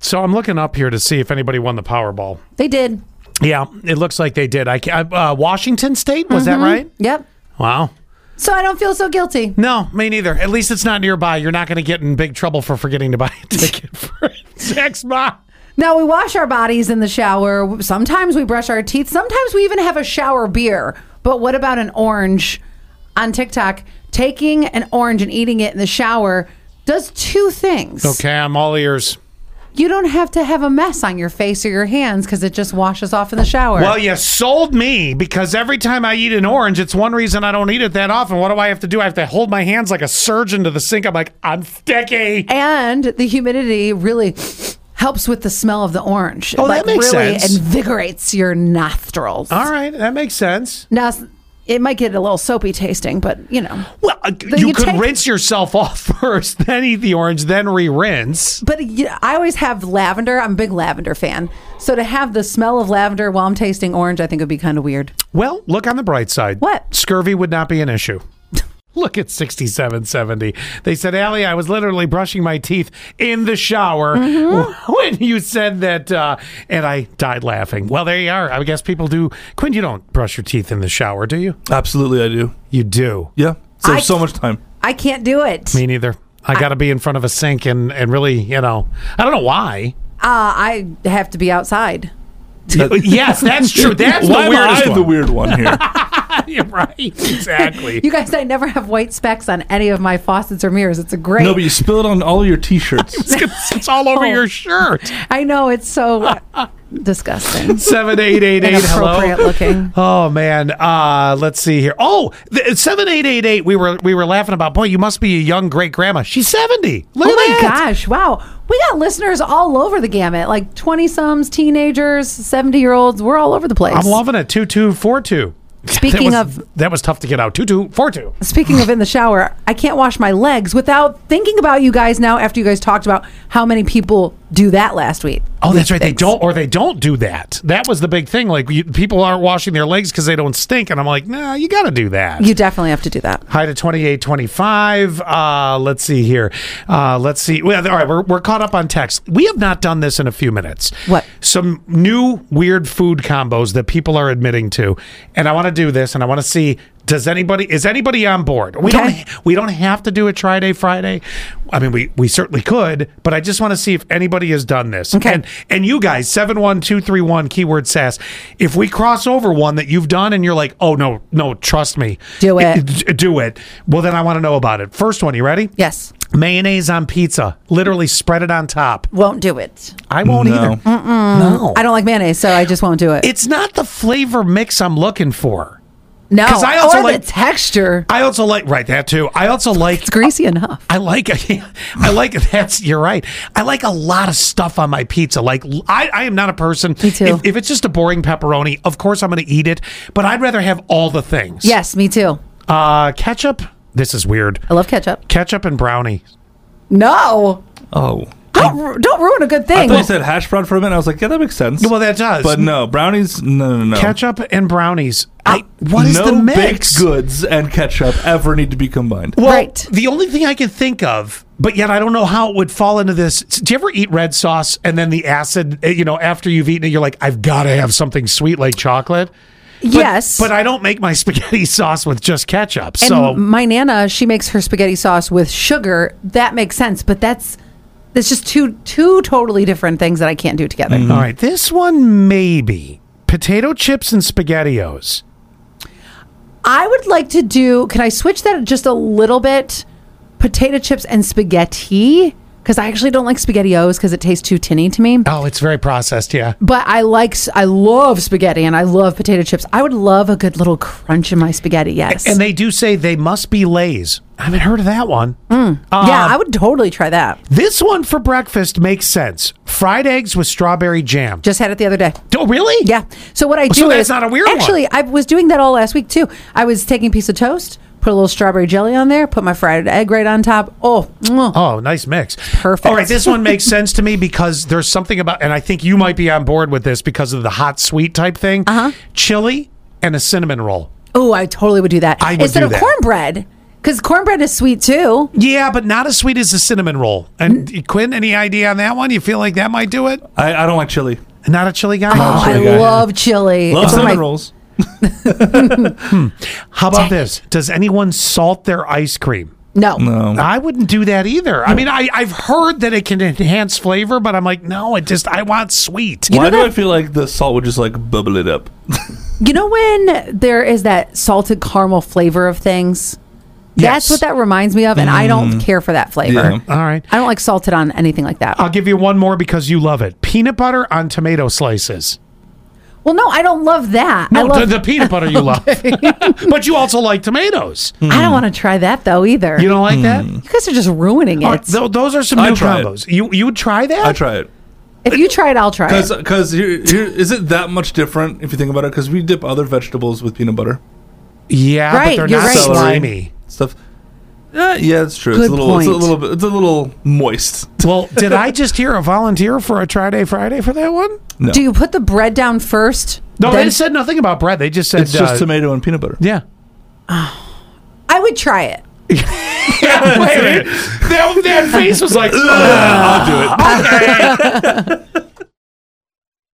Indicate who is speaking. Speaker 1: So I'm looking up here to see if anybody won the Powerball.
Speaker 2: They did.
Speaker 1: Yeah, it looks like they did. I ca- uh, Washington State was that right?
Speaker 2: Yep.
Speaker 1: Wow.
Speaker 2: So I don't feel so guilty.
Speaker 1: No, me neither. At least it's not nearby. You're not going to get in big trouble for forgetting to buy a ticket for Jack's mom.
Speaker 2: Now we wash our bodies in the shower. Sometimes we brush our teeth. Sometimes we even have a shower beer. But what about an orange on TikTok? Taking an orange and eating it in the shower does two things.
Speaker 1: Okay, I'm all ears.
Speaker 2: You don't have to have a mess on your face or your hands because it just washes off in the shower.
Speaker 1: Well, you sold me because every time I eat an orange, it's one reason I don't eat it that often. What do I have to do? I have to hold my hands like a surgeon to the sink. I'm like, I'm sticky.
Speaker 2: and the humidity really helps with the smell of the orange.
Speaker 1: Oh, that makes
Speaker 2: really
Speaker 1: sense.
Speaker 2: invigorates your nostrils.
Speaker 1: All right, that makes sense.
Speaker 2: Now, it might get a little soapy tasting, but you know.
Speaker 1: Well, uh, you,
Speaker 2: you
Speaker 1: could
Speaker 2: take-
Speaker 1: rinse yourself off first, then eat the orange, then re-rinse.
Speaker 2: But yeah, I always have lavender. I'm a big lavender fan. So to have the smell of lavender while I'm tasting orange, I think would be kind of weird.
Speaker 1: Well, look on the bright side.
Speaker 2: What?
Speaker 1: Scurvy would not be an issue. look at 6770. They said, Allie, I was literally brushing my teeth in the shower
Speaker 3: Mm-hmm.
Speaker 1: when you said that, uh, and I died laughing. Well, there you are. I guess people do. Quinn, you don't brush your teeth in the shower, do you?
Speaker 3: Absolutely, I do.
Speaker 1: You do.
Speaker 3: Yeah,
Speaker 2: I-
Speaker 3: saves so much time.
Speaker 2: I can't do it.
Speaker 1: Me neither. I got to be in front of a sink and, and really, you know, I don't know why.
Speaker 2: Uh, I have to be outside.
Speaker 1: yes, that's true. That's the
Speaker 3: Why am
Speaker 1: weirdest
Speaker 3: I
Speaker 1: one.
Speaker 3: the weird one here?
Speaker 1: You're right. Exactly.
Speaker 2: You guys, I never have white specks on any of my faucets or mirrors. It's a great.
Speaker 3: no, but you spill it on all your T-shirts.
Speaker 1: it's all
Speaker 3: Oh.
Speaker 1: over your shirt.
Speaker 2: I know it's so disgusting.
Speaker 1: 7888
Speaker 2: Inappropriate
Speaker 1: hello.
Speaker 2: looking.
Speaker 1: Oh man, uh, let's see here. Oh, the, 7888 we were we were laughing about. Boy, you must be a young great grandma. She's 70. Look
Speaker 2: Oh
Speaker 1: at
Speaker 2: my
Speaker 1: that.
Speaker 2: gosh! Wow, we got listeners all over the gamut, like twenty somes, teenagers, seventy year olds. We're all over the place.
Speaker 1: I'm loving it. 2242.
Speaker 2: Speaking
Speaker 1: that was,
Speaker 2: of-
Speaker 1: that was tough to get out. 2242.
Speaker 2: Speaking of in the shower, I can't wash my legs without thinking about you guys now after you guys talked about how many people do that last week.
Speaker 1: Oh, that's right. They
Speaker 2: Thanks.
Speaker 1: don't or they don't do that. That was the big thing. Like you, people aren't washing their legs cuz they don't stink and I'm like, "Nah, you got to do that."
Speaker 2: You definitely have to do that.
Speaker 1: Hi to 2825. Uh, let's see here. Uh, let's see. Well, all right, we're, we're caught up on text. We have not done this in a few minutes.
Speaker 2: What?
Speaker 1: Some new weird food combos that people are admitting to. And I want to do this and I want to see does anybody is anybody on board? We
Speaker 2: Okay.
Speaker 1: don't we don't have to do a try day Friday. I mean we we certainly could, but I just want to see if anybody has done this.
Speaker 2: Okay.
Speaker 1: And and you guys 71231 keyword sass. If we cross over one that you've done and you're like, "Oh no, no, trust me."
Speaker 2: Do it.
Speaker 1: D- do it. Well, then I want to know about it. First one, you ready?
Speaker 2: Yes.
Speaker 1: Mayonnaise on pizza. Literally spread it on top.
Speaker 2: Won't do it.
Speaker 1: I won't
Speaker 3: No.
Speaker 1: either. No.
Speaker 2: I don't like mayonnaise, so I just won't do it.
Speaker 1: It's not the flavor mix I'm looking for.
Speaker 2: no.
Speaker 1: 'cause I also
Speaker 2: or
Speaker 1: like-
Speaker 2: the texture.
Speaker 1: I also like right that too. I also like
Speaker 2: It's greasy enough.
Speaker 1: I like I like that's you're right. I like a lot of stuff on my pizza. Like I, I am not a person.
Speaker 2: Me too.
Speaker 1: If, if it's just a boring pepperoni, of course I'm going to eat it. But I'd rather have all the things.
Speaker 2: Yes, me too.
Speaker 1: Uh, ketchup. This is weird.
Speaker 2: I love ketchup.
Speaker 1: Ketchup and brownie.
Speaker 2: No.
Speaker 3: oh,
Speaker 2: Don't, ru- don't ruin a good
Speaker 3: I
Speaker 2: thing.
Speaker 3: thought you said hash brown for a minute. I was like, yeah, that makes sense.
Speaker 1: Well, that does.
Speaker 3: but no, brownies. No, no, no.
Speaker 1: ketchup and brownies. I, what is
Speaker 3: no
Speaker 1: the mix?
Speaker 3: baked goods and ketchup ever need to be combined.
Speaker 1: Well,
Speaker 2: Right.
Speaker 1: the only thing I can think of, but yet I don't know how it would fall into this. Do you ever eat red sauce and then the acid? eh, You know, after you've eaten it, you're like, I've got to have something sweet like chocolate. But-
Speaker 2: yes.
Speaker 1: but I don't make my spaghetti sauce with just ketchup.
Speaker 2: And
Speaker 1: So
Speaker 2: my nana, she makes her spaghetti sauce with sugar. That makes sense, but that's that's just two two totally different things that I can't do together.
Speaker 1: all right, this one maybe potato chips and spaghettios.
Speaker 2: I would like to do. Can I switch that just a little bit? Potato chips and spaghetti, because I actually don't like spaghettios because it tastes too tinny to me.
Speaker 1: Oh, it's very processed. Yeah.
Speaker 2: But I like s- I love spaghetti and I love potato chips. I would love a good little crunch in my spaghetti. Yes,
Speaker 1: And they do say they must be Lay's. I haven't heard of that one.
Speaker 2: Mm.
Speaker 1: Um,
Speaker 2: yeah, I would totally try that.
Speaker 1: This one for breakfast makes sense. Fried eggs with strawberry jam.
Speaker 2: Just had it the other day.
Speaker 1: Oh, really?
Speaker 2: Yeah. So what I do
Speaker 1: Oh, so that's
Speaker 2: is
Speaker 1: not a weird one.
Speaker 2: actually I was doing that all last week too. I was taking a piece of toast, put a little strawberry jelly on there, put my fried egg right on top. Oh, mwah.
Speaker 1: Oh, nice mix.
Speaker 2: Perfect.
Speaker 1: All right, this one makes sense to me because there's something about, and I think you might be on board with this because of the hot sweet type thing. Uh huh. Chili and a cinnamon roll.
Speaker 2: oh, I totally would do that
Speaker 1: I would
Speaker 2: instead
Speaker 1: do
Speaker 2: of
Speaker 1: that.
Speaker 2: cornbread. Because cornbread is sweet too.
Speaker 1: Yeah, but not as sweet as a cinnamon roll. And Quinn, any idea on that one? You feel like that might do it?
Speaker 3: I, I don't like chili.
Speaker 1: Not a chili guy?
Speaker 2: Oh, I
Speaker 3: chili guy.
Speaker 2: love chili.
Speaker 3: Love
Speaker 2: It's one of
Speaker 3: cinnamon
Speaker 2: my-
Speaker 3: rolls.
Speaker 1: How about this? Does anyone salt their ice cream?
Speaker 2: No.
Speaker 3: No.
Speaker 1: I wouldn't do that either. I mean, I, I've heard that it can enhance flavor, but I'm like, no, it just, I want sweet.
Speaker 3: Why do I feel like the salt would just like bubble it up?
Speaker 2: You know when there is that salted caramel flavor of things? That's
Speaker 1: Yes. Mm-hmm.
Speaker 2: what that reminds me of, and I don't care for that flavor.
Speaker 3: Yeah.
Speaker 1: All right.
Speaker 2: I don't like salted on anything like that.
Speaker 1: I'll give you one more because you love it. Peanut butter on tomato slices.
Speaker 2: well, no, I don't love that. I
Speaker 1: No,
Speaker 2: love.
Speaker 1: the, the peanut butter you love. but you also like tomatoes.
Speaker 2: I don't want to try that though either.
Speaker 1: mm. You Oh, don't like
Speaker 2: You,
Speaker 1: that?
Speaker 2: guys are just ruining it.
Speaker 1: All right, tho- those are some
Speaker 3: Hmm. I
Speaker 1: new
Speaker 3: try it.
Speaker 1: combos. You you would try that?
Speaker 3: I try it.
Speaker 2: if you try it, I'll try it.
Speaker 3: Because because here, here is it that much different if you think about it? Because we dip other vegetables with peanut butter,
Speaker 1: Yeah,
Speaker 2: Right,
Speaker 1: but they're
Speaker 2: you're
Speaker 1: not
Speaker 2: right.
Speaker 3: Celery.
Speaker 1: slimy.
Speaker 3: stuff. Uh, yeah, it's true.
Speaker 2: Good
Speaker 3: it's a little. It's a
Speaker 2: point.
Speaker 3: little. bit- It's a little moist.
Speaker 1: Well, did I just hear a volunteer for a Try Day Friday for that one?
Speaker 3: No,
Speaker 2: Do you put the bread down first?
Speaker 1: No,
Speaker 2: then-
Speaker 1: they said nothing about bread. They just said
Speaker 3: it's just
Speaker 1: uh,
Speaker 3: tomato and peanut butter.
Speaker 1: Yeah.
Speaker 2: I would try it.
Speaker 1: Wait, that, that face was like,
Speaker 3: I'll do it.